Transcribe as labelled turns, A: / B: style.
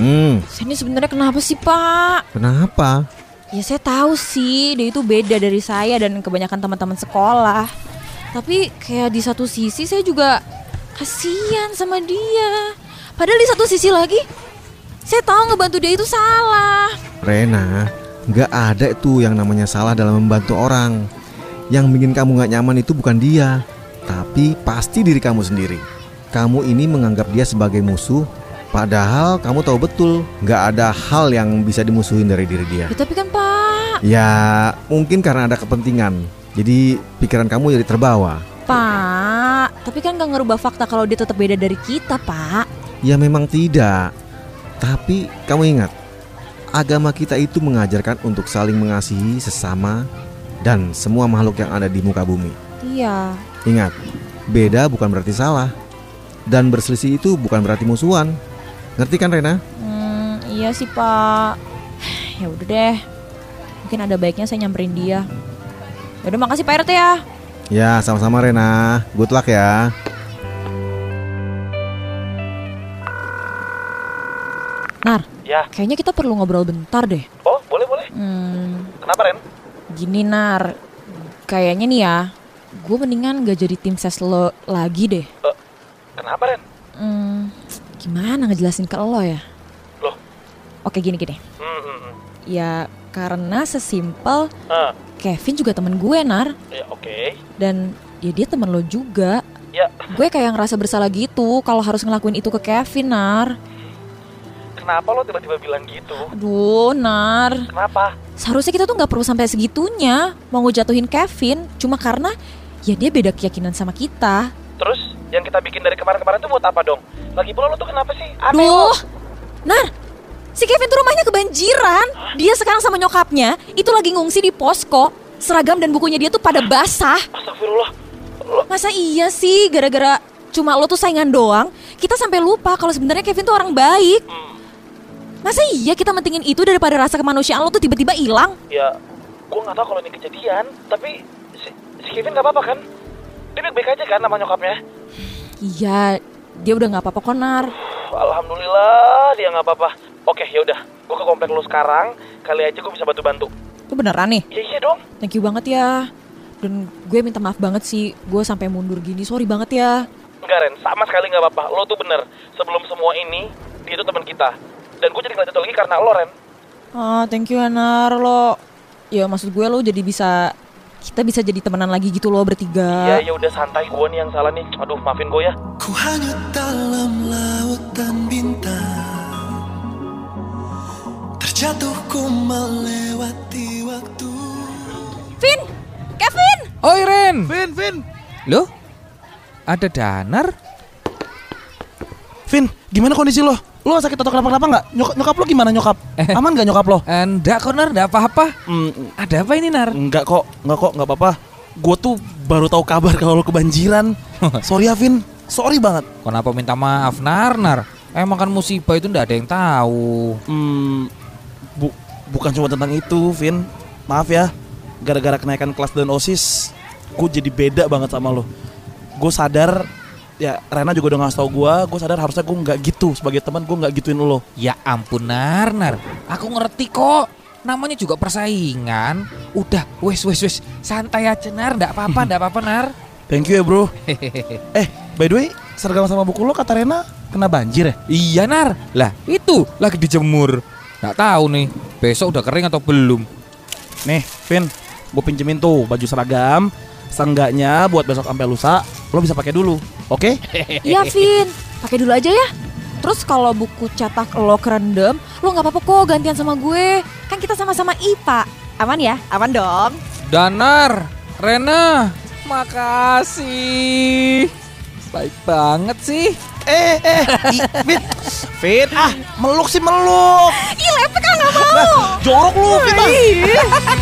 A: Hmm,
B: Saya ini sebenarnya kenapa sih Pak?
A: kenapa?
B: Ya saya tahu sih dia itu beda dari saya dan kebanyakan teman-teman sekolah. Tapi kayak di satu sisi saya juga kasihan sama dia. Padahal di satu sisi lagi saya tahu ngebantu dia itu salah.
A: Rena, nggak ada itu yang namanya salah dalam membantu orang. Yang bikin kamu nggak nyaman itu bukan dia, tapi pasti diri kamu sendiri. Kamu ini menganggap dia sebagai musuh, padahal kamu tahu betul nggak ada hal yang bisa dimusuhin dari diri dia.
B: Ya, tapi kan Pak,
A: Ya, mungkin karena ada kepentingan. Jadi pikiran kamu jadi terbawa.
B: Pak, tapi kan gak ngerubah fakta kalau dia tetap beda dari kita Pak.
A: Ya memang tidak. Tapi kamu ingat, agama kita itu mengajarkan untuk saling mengasihi sesama dan semua makhluk yang ada di muka bumi.
B: Iya,
A: Ingat, beda bukan berarti salah. Dan berselisih itu bukan berarti musuhan. Ngerti kan Rena?
B: Hmm, iya sih Pak. Ya udah deh. Mungkin ada baiknya saya nyamperin dia. Ya udah makasih Pak RT ya.
A: Ya, sama-sama Rena. Good luck ya.
B: Nar,
C: Ya.
B: kayaknya kita perlu ngobrol bentar deh.
C: Oh, boleh boleh.
B: Hmm,
C: Kenapa Ren?
B: gini Nar. Kayaknya nih ya, gue mendingan gak jadi tim ses lo lagi deh.
C: Kenapa Ren?
B: Hmm, gimana ngejelasin ke lo ya?
C: Loh?
B: Oke gini-gini.
C: Hmm, hmm, hmm.
B: Ya karena sesimpel
C: Ah,
B: Kevin juga temen gue Nar.
C: ya oke.
B: Dan ya dia temen lo juga.
C: Ya,
B: Gue kayak ngerasa bersalah gitu kalau harus ngelakuin itu ke Kevin, Nar.
C: kenapa lo tiba-tiba bilang gitu?
B: Aduh, Nar.
C: Kenapa?
B: Seharusnya kita tuh nggak perlu sampai segitunya mau ngejatuhin Kevin cuma karena ya dia beda keyakinan sama kita.
C: Terus yang kita bikin dari kemarin-kemarin tuh buat apa dong? Lagi pula lo tuh kenapa sih? Aneh lo.
B: Duh. Nar, si Kevin tuh rumahnya kebanjiran. Dia sekarang sama nyokapnya itu lagi ngungsi di posko. Seragam dan bukunya dia tuh pada basah.
C: Astagfirullah.
B: Masa iya sih gara-gara cuma lo tuh saingan doang, kita sampai lupa kalau sebenarnya Kevin tuh orang baik.
C: Hmm,
B: Masa iya kita mentingin itu daripada rasa kemanusiaan lo tuh tiba-tiba hilang?
C: ya, gue nggak tahu kalau ini kejadian. Tapi si, si Kevin nggak apa-apa kan? Dia baik-baik aja kan sama nyokapnya?
B: Iya, dia udah nggak apa-apa kok, Nar.
C: Puh, Alhamdulillah dia nggak apa-apa. Oke, yaudah. Gue ke komplek lo sekarang. Kali aja gue bisa bantu-bantu.
B: Lu beneran nih?
C: Iya iya dong.
B: Thank you banget ya. Dan gue minta maaf banget sih, gue sampai mundur gini. Sorry banget ya.
C: Enggak Ren, sama sekali nggak apa-apa. Lo tuh bener. Sebelum semua ini, dia tuh teman kita. Dan gue jadi ngeliat itu lagi karena lo Ren.
B: Ah, thank you Anar lo. Ya maksud gue lo jadi bisa kita bisa jadi temenan lagi gitu lo
C: Ya
D: Ah. Iya,
B: bertiga.
C: ya udah santai gue nih yang salah nih. Aduh maafin gue ya.
E: Ku hanyut dalam lautan bintang Terjatuh ku melewati waktu
B: Vin, Kevin.
F: Oi Ren,
D: Vin, Vin,
F: Oh, loh ada Danar?
D: Vin, gimana kondisi lo? Lo sakit atau kenapa-kenapa nggak? Nyokap, nyokap lo gimana nyokap? Aman nggak nyokap lo?
F: Enggak Eh, kok Nar, enggak apa-apa. Ada apa ini Nar?
D: Nggak Hmm, kok, nggak kok, nggak apa-apa. Gue tuh baru tahu kabar kalau lo kebanjiran. Sorry ya Vin, sorry banget.
F: Kenapa minta maaf Nar Nar? Emang kan musibah itu enggak ada yang tahu.
D: Hmm, bu- bukan cuma tentang itu, Vin. Maaf ya, gara-gara kenaikan kelas dan osis, gue jadi beda banget sama lo. Gue sadar, ya Rena juga udah ngasih tau gue. Gue sadar harusnya gue nggak gitu sebagai teman, gue nggak gituin lo.
F: Ya ampun Nar Nar, aku ngerti kok. Namanya juga persaingan. Udah, wes wes wes, santai aja Nar, enggak apa-apa, enggak apa-apa Nar.
D: Thank you ya bro. Eh, by the way, seragam sama buku lo kata Rena kena banjir ya?
F: iya Nar, lah itu lagi dijemur. Nggak tahu nih, besok udah kering atau belum.
D: Nih, Vin, gue pinjemin tuh baju seragam. Seenggaknya buat besok sampai lusa, lo bisa pakai dulu, oke?
B: Iya Vin, pakai dulu aja ya. Terus kalau buku cetak lo kerendam, lo nggak apa-apa kok gantian sama gue. Kan kita sama-sama IPA. Aman ya? Aman dong.
F: Danar, Rena, makasih. Baik banget sih.
D: Eh, eh, i- Vin, Vin, ah, meluk sih meluk.
B: Ih, lepek kan nggak mau.
D: Jorok lu, Vin. ah.
B: Ih.